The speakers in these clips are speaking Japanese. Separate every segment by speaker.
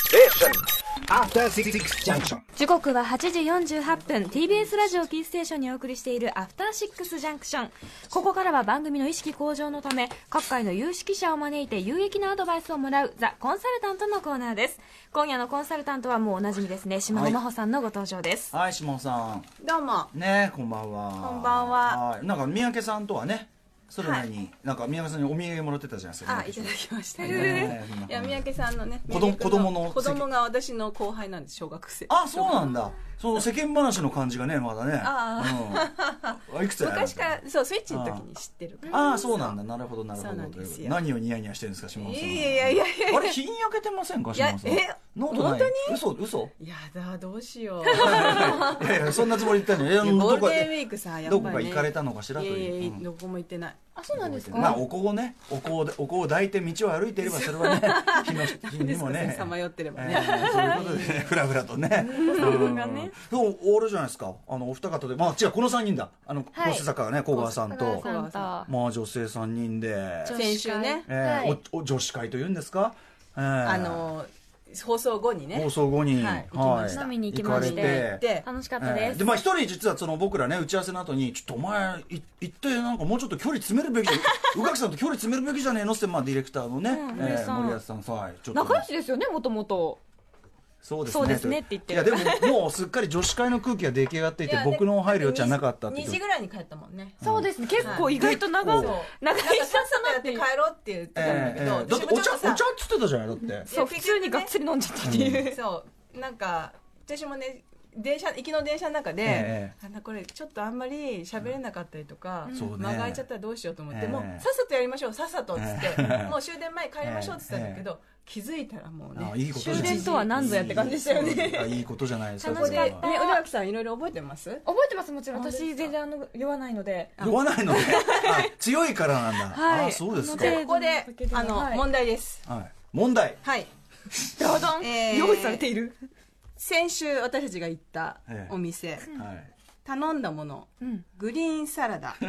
Speaker 1: station. After Six Junction.
Speaker 2: 時刻は8時48分 TBS ラジオキーステーションにお送りしているアフターシックスジャンクションここからは番組の意識向上のため各界の有識者を招いて有益なアドバイスをもらうザ・コンサルタントのコーナーです今夜のコンサルタントはもうおなじみですね島尾真帆さんのご登場です、
Speaker 3: はい、下尾さ
Speaker 4: どうも
Speaker 3: ん。ねこんばんは。
Speaker 4: こんばんは
Speaker 3: はい。なんか、三宅さんとはね、それなりに、なんか、三宅さんにお土産もらってたじゃないですか。
Speaker 4: あいただきました
Speaker 3: ね
Speaker 4: ねいや三宅さんのね
Speaker 3: 子供
Speaker 4: 三宅君
Speaker 3: 子供の
Speaker 4: 子供が私の後輩なんです小学生
Speaker 3: あそうなんだ。そう、世間話の感じがね、まだね。うん。あいくつや
Speaker 4: 昔からそうスイッチの時に知ってるから
Speaker 3: ああ、そうなんだ。なるほど、なるほ
Speaker 4: そうなん
Speaker 3: ど。
Speaker 4: ですよ
Speaker 3: 何をニヤニヤしてるんですか、下尾さん。
Speaker 4: いやいやいやいや
Speaker 3: あれ、日に焼けてませんか、
Speaker 4: いや
Speaker 3: 下尾さん。
Speaker 4: え
Speaker 3: ノートない
Speaker 4: 本当に
Speaker 3: 嘘、嘘
Speaker 4: やだどうしよう
Speaker 3: いやいや、そんなつもり言ったのに。いや
Speaker 4: いやゴー
Speaker 3: ど
Speaker 4: ル
Speaker 3: こ
Speaker 4: デンウィークさやっぱりね
Speaker 3: どこか行かれたのかしら
Speaker 4: い
Speaker 3: と
Speaker 4: やいや
Speaker 3: い
Speaker 4: いうや
Speaker 3: うん。
Speaker 4: どこも行ってない
Speaker 2: あそうなんですか、
Speaker 3: まあお香をねお香でお香を抱いて道を歩いていればそれはね日 の日にもね
Speaker 4: さまよってれば
Speaker 3: え
Speaker 4: ね
Speaker 3: ーそういうことでねふらふらとね
Speaker 4: そうがね
Speaker 3: そう終わるじゃないですかあのお二方でまあ違うこの三人だあの
Speaker 2: はい
Speaker 3: 小瀬坂がね小川さんと
Speaker 2: 小川さんと
Speaker 3: まあ女性三人で
Speaker 4: 女先週ね
Speaker 3: えー
Speaker 2: はい
Speaker 3: おお女子会というんですかえー
Speaker 4: あの放送後にね
Speaker 3: 放送後に
Speaker 4: はい行きました
Speaker 2: 飲みに行きまして
Speaker 3: 行かれて
Speaker 4: で
Speaker 2: 楽しかったです、
Speaker 3: えーまあ一人実はその僕らね打ち合わせの後にちょっとお前い行ってなんかもうちょっと距離詰めるべきじゃ宇垣さんと距離詰めるべきじゃねえのってまあディレクターのね、
Speaker 2: ん森保さん
Speaker 3: 森保さんさはいちょっと
Speaker 2: 仲良しですよねもともと
Speaker 3: そうですね
Speaker 2: そうですねって言って
Speaker 3: いやでももうすっかり女子会の空気が出来上がっていて僕の入る余地はなかったって
Speaker 4: 2時ぐらいに帰ったもんね
Speaker 2: そうですね結構
Speaker 3: はい
Speaker 2: 意外と長い
Speaker 3: 結構
Speaker 2: 長い
Speaker 4: なんか
Speaker 2: 人
Speaker 4: さっさとや
Speaker 2: だ
Speaker 4: っ
Speaker 2: ってて
Speaker 4: 帰ろうって言ってたんだけ
Speaker 3: え
Speaker 4: ど
Speaker 3: ーえーだってお茶お茶っつってたじゃないだって
Speaker 2: そう普通にがっつり飲んじゃったっていう、
Speaker 4: そうなんか私もね電車行きの電車の中で、
Speaker 3: え
Speaker 4: あのこれちょっとあんまり喋れなかったりとか、
Speaker 3: そうね
Speaker 4: 間が空いちゃったらどうしようと思って、
Speaker 3: ええ
Speaker 4: もうさっさとやりましょうさっさとっつって、
Speaker 3: ええ
Speaker 4: もう終電前帰りましょうっつったんだけど、気づいたらもうね
Speaker 3: あいいことじゃない
Speaker 4: 終電とは何ぞやって感じでしたよね
Speaker 3: あいいことじゃないですか
Speaker 2: 楽しかった
Speaker 3: それは
Speaker 4: ね宇垣さんいろいろ覚えてます
Speaker 2: 覚えてますもちろん私全然あの酔わないので
Speaker 3: 酔わないのねあ強いからなんだ、
Speaker 2: はい
Speaker 3: あそうですか
Speaker 2: なの
Speaker 4: ここであの、
Speaker 2: はい
Speaker 4: 問題です
Speaker 3: はい、問題、
Speaker 4: はい
Speaker 2: ダダン
Speaker 4: えー
Speaker 2: 用意されている
Speaker 4: 先週私たちが行ったお店、
Speaker 3: はい
Speaker 4: 頼んだもの
Speaker 2: うん
Speaker 4: グリーンサラダ、
Speaker 2: は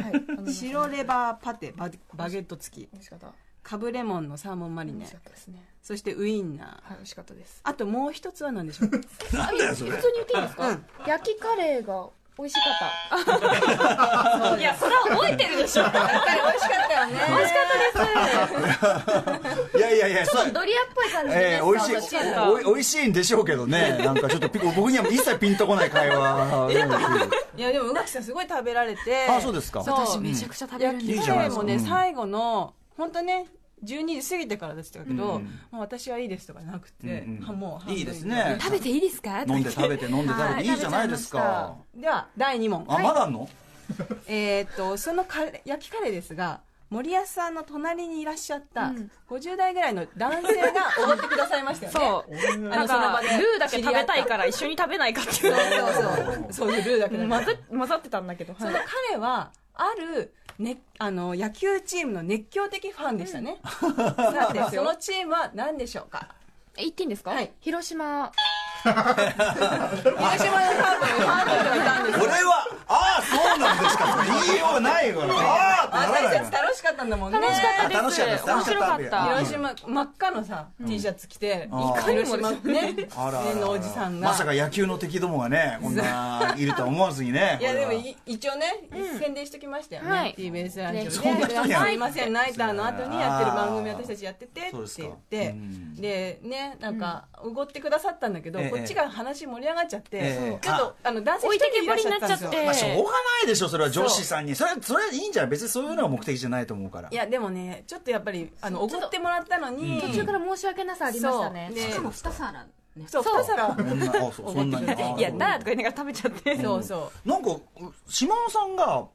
Speaker 2: い
Speaker 4: 白レバーパテババゲット付き
Speaker 2: 美味しかった
Speaker 4: カブレモンのサーモンマリ
Speaker 2: 美
Speaker 4: ネ
Speaker 2: 味しかったですね
Speaker 4: そしてウインナー
Speaker 2: はい美味しかったです
Speaker 4: あともう一つは何で しょう
Speaker 3: なんだよそれ
Speaker 2: 普通に言っていいですか、
Speaker 4: うん
Speaker 2: 焼きカレーが美味しかった いやそれは覚えてるで しょ美味しかっ
Speaker 4: やっぱり美味しかったよね美味しか
Speaker 2: たです
Speaker 3: いやいやいやそれ
Speaker 2: ドリアっぽい感じ
Speaker 3: え
Speaker 2: で
Speaker 3: ー、美味しい
Speaker 2: 私は
Speaker 3: おい美味しいんでしょうけどねなんかちょっとピ僕には一切ピンとこない会話
Speaker 4: いやでも宇垣さんすごい食べられて
Speaker 3: あそうですか
Speaker 4: そう
Speaker 2: 私めちゃくちゃ食べるん
Speaker 3: い
Speaker 2: で
Speaker 3: いじ
Speaker 4: 焼き
Speaker 3: ゃ
Speaker 4: カ
Speaker 3: ない
Speaker 4: レ
Speaker 3: です
Speaker 4: ー
Speaker 3: か
Speaker 4: もね、
Speaker 3: うん
Speaker 4: 最後の本当ね12時過ぎてからでしたけど、
Speaker 3: うん
Speaker 4: もう私はいいですとかなくて、
Speaker 3: うんうん
Speaker 4: あもう半分
Speaker 3: いいですね
Speaker 2: 食べていいですか
Speaker 3: 飲んで食べて飲んで食べ
Speaker 2: は
Speaker 3: て
Speaker 2: い
Speaker 3: いいじゃないですか
Speaker 4: では第2問
Speaker 3: あまだあんの
Speaker 4: えーっとそのカレー焼きカレーですが森保さんの隣にいらっしゃった
Speaker 2: うん
Speaker 4: 50代ぐらいの男性がおごってくださいました よね
Speaker 2: そうな
Speaker 4: あの
Speaker 2: ん
Speaker 4: その
Speaker 2: か
Speaker 4: 場で
Speaker 2: ルーだけ食べたいから一緒に食べないかってい
Speaker 4: そう
Speaker 2: う
Speaker 4: そうそうそういうルーだけだか
Speaker 2: 混
Speaker 4: ら
Speaker 2: ざ混ざってたんだけど、
Speaker 4: その彼はある、ね、あの野球チームの熱狂的ファンでしたね、さてそのチームは何でしょ うか
Speaker 2: え言っていいんですか、
Speaker 4: はい
Speaker 2: 広島
Speaker 4: 広島のファンのファンの人がいたんです
Speaker 3: 俺
Speaker 4: よ
Speaker 3: はああそうなんですか言いようないからああってなら
Speaker 4: 私
Speaker 3: ない
Speaker 4: たち楽しかったんだもんね
Speaker 2: 楽しかったです
Speaker 3: 楽しかった
Speaker 2: 面白かっ
Speaker 3: です
Speaker 2: た
Speaker 3: 楽
Speaker 4: 広島真っ赤のさ、T シャツ着て
Speaker 3: あー
Speaker 4: いかにも広島ね
Speaker 3: あらあらあら
Speaker 4: ねのおじさんが
Speaker 3: まさか野球の敵どもがねこんないるとは思わずにね
Speaker 4: いやでも
Speaker 3: これはい
Speaker 4: 一応ね、宣伝しときましたよね、
Speaker 2: はい
Speaker 4: TBS ラジオで
Speaker 2: ねそんな
Speaker 3: 人には
Speaker 4: すいませんナイターの後にやってる番組私たちやっててって
Speaker 3: そうですか
Speaker 4: 言って
Speaker 3: うん
Speaker 4: でねなんかおごってくださったんだけど、
Speaker 3: ええ
Speaker 4: こっちが話盛り上がっちゃって、
Speaker 3: ええ
Speaker 4: ちょっとあの男性一人でいらっしゃったんですよ
Speaker 2: 置いてけぼりに
Speaker 3: ま
Speaker 2: なっ
Speaker 3: あ
Speaker 2: ちゃ
Speaker 3: し
Speaker 2: っ
Speaker 3: ょ
Speaker 2: て
Speaker 3: うがないでしょそれは女子さんにそれそれいいんじゃない別にそういうのが目的じゃないと思うから
Speaker 4: いやでもねちょっとやっぱりあのお
Speaker 2: ち
Speaker 4: ご
Speaker 2: ょっと
Speaker 4: ってもらったのに、
Speaker 2: 途中から申し訳なさありましたね
Speaker 4: そうね
Speaker 5: しかも二皿ね
Speaker 4: そう
Speaker 2: そう
Speaker 4: 二皿
Speaker 3: そんなあそうそんなにあ
Speaker 2: いやだーとか言いながら食べちゃって
Speaker 4: そうそう
Speaker 3: なんか島尾さんが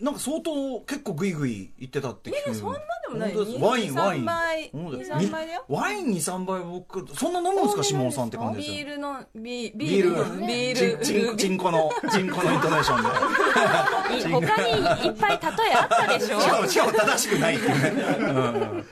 Speaker 3: なんか相当結構グイグイ言ってたって聞く
Speaker 4: いやそんなでもない
Speaker 3: 本当ですワイン
Speaker 4: 23
Speaker 3: ワイン
Speaker 4: 杯
Speaker 3: そうだよ
Speaker 4: 23杯だよ
Speaker 3: にワイン23杯僕そんな飲むんですか島尾さんって感じですよ
Speaker 4: ビールの
Speaker 3: ビ
Speaker 4: ビビー
Speaker 3: ール、
Speaker 4: ルビ
Speaker 3: ち
Speaker 4: ー
Speaker 3: んちん
Speaker 4: ル
Speaker 3: ちんこの、ちんこのイントネーシ ョンで。
Speaker 2: い他にいっぱい例えあったでしょ
Speaker 3: しかも、しかも正しくないっていうね。うん、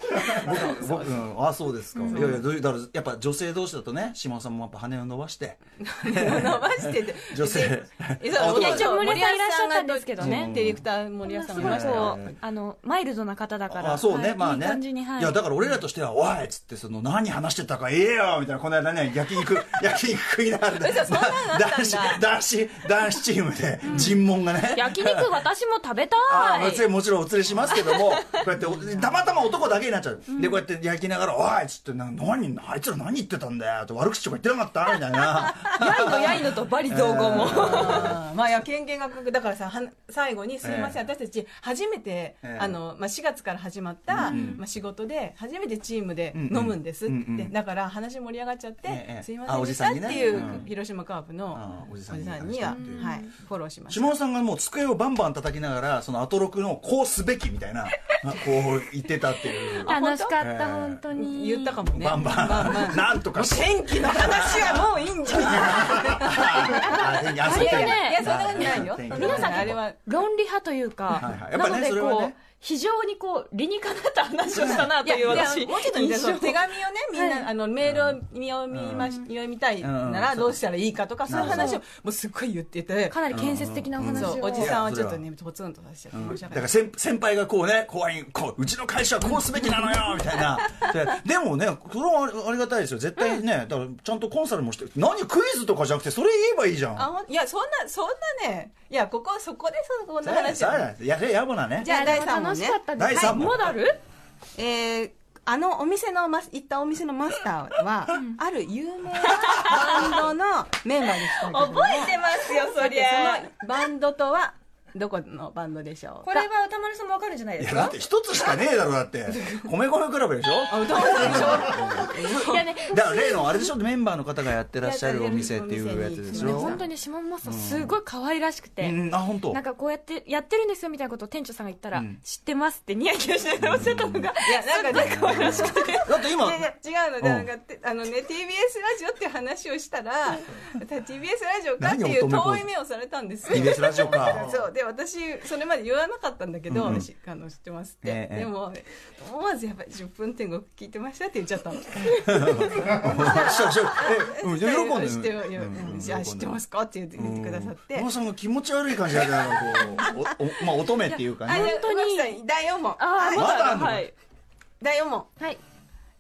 Speaker 3: 僕、僕、うん、あ、そうですか。いやいや、どういう、だから、やっぱ女性同士だとね、島尾さんもやっぱ羽を伸ばして。
Speaker 4: 伸ばしてて
Speaker 3: 女性
Speaker 4: えそう
Speaker 3: あ男
Speaker 4: いや
Speaker 2: 一応森
Speaker 4: 森
Speaker 2: さん
Speaker 4: 保
Speaker 2: いらっしゃった
Speaker 4: さ
Speaker 2: ん
Speaker 4: ん
Speaker 2: で
Speaker 4: ですす
Speaker 2: け
Speaker 4: け
Speaker 2: ど
Speaker 4: ど
Speaker 2: ね
Speaker 4: ねディレクター田森屋さ
Speaker 2: こ
Speaker 4: んがい
Speaker 2: ん
Speaker 4: ま
Speaker 2: な
Speaker 4: し
Speaker 2: す
Speaker 4: た
Speaker 2: ごい
Speaker 4: よ
Speaker 2: こう、あのマイルドな方だから
Speaker 3: あそうね、
Speaker 2: はい
Speaker 3: まあ
Speaker 2: いい
Speaker 3: ね
Speaker 2: 感じにはい
Speaker 3: いやだから俺らとしては「おい!」っつってその何話してたか言えよみたいなこの間ね焼 肉焼肉食いながらね
Speaker 4: 嘘そんなのあったんだ
Speaker 3: 男子男子男子チームで尋問がね、
Speaker 2: 焼肉私も食べた
Speaker 3: あ
Speaker 2: い
Speaker 3: もちろんもちろんお連れしますけどもこうやっておたまたま男だけになっちゃう、でこうやって焼きながら「おい!」っつって「な何あいつら何言ってたんだよ」って悪口とか言ってなかったみたい な
Speaker 2: やいのやいのとバリ造語も、
Speaker 4: あーまあ、いや権限がかくだからさは最後に「すいません、私たち初めて、
Speaker 3: ええ
Speaker 4: あのまあ、4月から始まった、まあ、仕事で初めてチームで
Speaker 3: うんうん
Speaker 4: 飲むんです」って、
Speaker 3: うんうん
Speaker 4: だから話盛り上がっちゃって「
Speaker 3: ええええ
Speaker 4: すい
Speaker 3: あ
Speaker 4: ませ
Speaker 3: お
Speaker 4: ん
Speaker 3: じ
Speaker 4: でし
Speaker 3: さ
Speaker 4: た」
Speaker 3: ん
Speaker 4: って
Speaker 3: にね
Speaker 4: いう、
Speaker 3: うん
Speaker 4: 広島カープの
Speaker 3: あーおじさ
Speaker 4: お
Speaker 3: ん
Speaker 4: じ
Speaker 3: に
Speaker 4: さんには、
Speaker 3: 話してっていう
Speaker 4: はい、フォローしました。
Speaker 3: 島尾さんがもう机をバンバン叩きながらそのアトロクのこうすべきみたいなあこう言ってたっていう。
Speaker 2: 楽しかっ
Speaker 3: え
Speaker 2: た
Speaker 3: ー
Speaker 2: 本当に
Speaker 4: 言ったかもね
Speaker 3: バンバン、なんとかし
Speaker 4: 天気の話はもういいんじゃない
Speaker 2: あれは
Speaker 3: あれ
Speaker 2: ね
Speaker 4: いやそんなことないよ
Speaker 2: 皆さん
Speaker 4: あれ
Speaker 2: 結
Speaker 4: は
Speaker 2: 構論理派というか、
Speaker 3: はいはいやっぱね
Speaker 2: なので
Speaker 3: それは
Speaker 2: こう、
Speaker 3: ね
Speaker 2: 非常にこう理にかなった話をしたなと
Speaker 4: いや
Speaker 2: いう私
Speaker 4: でももうちょっとね、
Speaker 2: 印象
Speaker 4: その手紙をね、みんな、
Speaker 2: はい
Speaker 4: あのメールを読みまし、読みたいな
Speaker 3: う
Speaker 4: ら
Speaker 3: ん
Speaker 4: どうしたらいいかとか、そういう話をもうすっごい言ってて、
Speaker 2: かなり建設的なお話を、
Speaker 4: そうおじさんはちょっとね、ポツンとさせちゃって申し
Speaker 3: だか
Speaker 4: 訳ない
Speaker 3: ら先先輩がこうね怖いこううちの会社はこうすべきなのよみたいなででもねそれはありありがたいですよ絶対ね、だからちゃんとコンサルもして何クイズとかじゃなくてそれ言えばいいじゃん
Speaker 4: あほんいや、そんな、そんなね、いや、ここ、そこで、そこんな
Speaker 3: そうや
Speaker 4: 話
Speaker 3: そうややれやぼなね
Speaker 4: じゃあ
Speaker 2: いやでも
Speaker 4: 第三問ね
Speaker 2: 楽しかったです
Speaker 3: 第三問
Speaker 2: はいモダル
Speaker 4: えーあのお店のマス、行ったお店のマスターは、ある有名なバンドのメンバーでしたけども。
Speaker 2: 覚えてますよ そりゃ
Speaker 4: そのバンドとは、どこのバンドでしょうか
Speaker 2: これは歌丸さんもわかるんじゃない
Speaker 3: い
Speaker 2: で
Speaker 3: や
Speaker 2: す
Speaker 3: だっ
Speaker 2: か
Speaker 3: て一つしかねえだろだって米米クラブでしょ
Speaker 4: あ、歌丸さんでしょ
Speaker 2: いやね
Speaker 3: だから例のあれでしょメンバーの方がやってらっしゃるお店っていうやつでし
Speaker 2: でもね
Speaker 3: ょ
Speaker 2: 本当に下村さんすごい可愛らしくて、
Speaker 3: うんあ本当
Speaker 2: なんかこうやってやってるんですよみたいなことを店長さんが言ったら、
Speaker 3: うん
Speaker 2: 知ってますってニヤニヤしながらおっしゃったのが、
Speaker 4: いや、なんかね、可愛らしくて。
Speaker 3: だって今
Speaker 4: いやいや違うので、
Speaker 3: うん
Speaker 4: なんかてあのね TBS ラジオっていう話をし たら TBS ラジオかって
Speaker 3: 何
Speaker 4: いう
Speaker 3: 乙女子
Speaker 4: 遠い目をされたんです
Speaker 3: TBS ラジオか
Speaker 4: そうで私それまで言わなかったんだけど、私あの知ってますって、
Speaker 3: ええ
Speaker 4: でも思わずやっぱり10分天国聞いてましたって言っちゃったの
Speaker 3: そうそうえうん喜 んで
Speaker 4: 知ってる
Speaker 3: うん
Speaker 4: じゃあ知ってますかって言って言ってくださって、
Speaker 3: 馬場さんが気持ち悪い感じだからこう おおまあ乙女っていうか
Speaker 4: あ
Speaker 3: ね
Speaker 4: じゃあ
Speaker 2: 本当に
Speaker 4: マキさん第4問
Speaker 2: ああモ
Speaker 3: まだ
Speaker 2: ダ
Speaker 3: あん
Speaker 2: ル
Speaker 3: の
Speaker 2: はい、
Speaker 4: 第4問、
Speaker 2: はい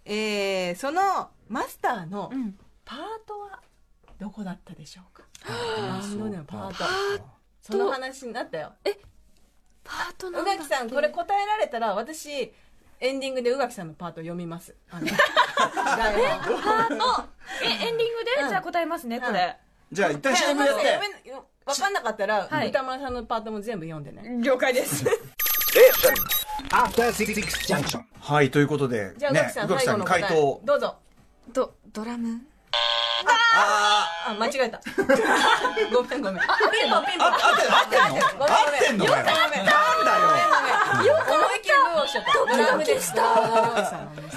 Speaker 4: えー、そのマスターの
Speaker 2: うん、
Speaker 4: パートはどこだったでしょうかバンドのパート
Speaker 2: ト
Speaker 4: その話になったよ
Speaker 2: パートナ
Speaker 4: 宇
Speaker 2: ー
Speaker 4: 垣さんこれ答えられたら私エンディングで宇垣さんのパートを読みますあの台本
Speaker 2: えエンディングで、
Speaker 4: うん
Speaker 2: じゃあ答えますね、これ
Speaker 3: じゃあ一旦 CM やっ
Speaker 4: いや
Speaker 3: て
Speaker 4: 読めな分かんなかったら
Speaker 2: はい
Speaker 4: 歌丸さんのパートも全部読んでね
Speaker 2: 了解です
Speaker 1: After Six Junction.
Speaker 3: はいということで
Speaker 4: じゃあ宇
Speaker 3: ね
Speaker 4: 垣さん
Speaker 3: 宇垣
Speaker 4: 最
Speaker 3: さん
Speaker 4: 後
Speaker 3: に
Speaker 4: の答
Speaker 3: 回
Speaker 4: え
Speaker 3: 答
Speaker 4: どうぞ
Speaker 2: どドラム
Speaker 3: あ
Speaker 4: あ間違えたごめんごめんあピンポンピン
Speaker 3: ー
Speaker 4: ポン
Speaker 3: あ合ってんの
Speaker 4: ごめん
Speaker 3: 合ってんの
Speaker 4: ご
Speaker 3: 合
Speaker 4: め
Speaker 3: ってんのかよなん
Speaker 4: んごめん
Speaker 3: だよ
Speaker 4: ごめんよか思いっきりブーをしちゃったドラムでした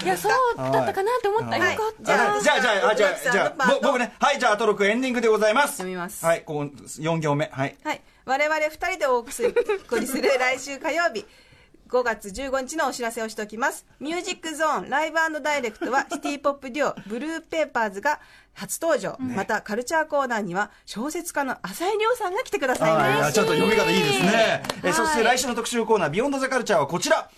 Speaker 2: いやそうだったかなって思った、
Speaker 3: はい
Speaker 2: よかった、
Speaker 3: じゃあじゃあじゃあじゃあじゃあぼ僕ねはいじゃあアトロクエンディングでございます
Speaker 4: 読みます
Speaker 3: はいここ四行目はい
Speaker 4: はい。我々二人でお送りする来週火曜日。5月15日のお知らせをしておきます。ミュージックゾーンライブダイレクトはシティポップデュオブルーペーパーズが初登場。またカルチャーコーナーには小説家の浅井亮さんが来てくださいます。
Speaker 3: はい、ちょっと読み方いいですね、えそして来週の特集コーナー「ビヨンドザカルチャーはこちら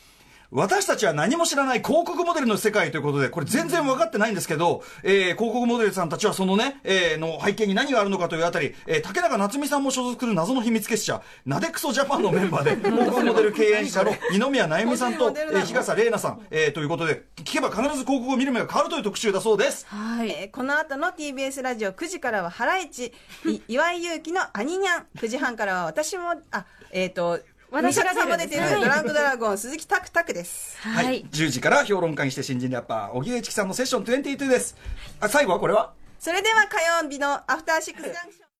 Speaker 3: 私たちは何も知らない広告モデルの世界ということで、これ全然分かってないんですけど、えー広告モデルさんたちはそのね、えーの背景に何があるのかというあたり、えー竹中夏実さんも所属する謎の秘密結社、なでクソジャパンのメンバー で、広告モデル経営 者の二宮なゆみさんと、え ー、日笠玲奈さん、えーということで、聞けば必ず広告を見る目が変わるという特集だそうです。
Speaker 2: はい、
Speaker 5: えーこの後の TBS ラジオ9時からはハライチ、 い岩井勇気のアニニャン、9時半からは私も、あ、えっ、と、
Speaker 2: 私
Speaker 5: 西
Speaker 2: が
Speaker 5: 原さ
Speaker 2: 出る
Speaker 5: ん
Speaker 2: ん
Speaker 5: も
Speaker 2: です
Speaker 5: 出
Speaker 2: ね
Speaker 5: ているドランクドラゴン鈴木拓拓です。
Speaker 2: は、
Speaker 3: はいい、10時から評論家にして新人ラッパー小木栄一樹さんのセッション22ですあ最後はこれは
Speaker 5: それでは火曜日のアフターシックスジャンクション。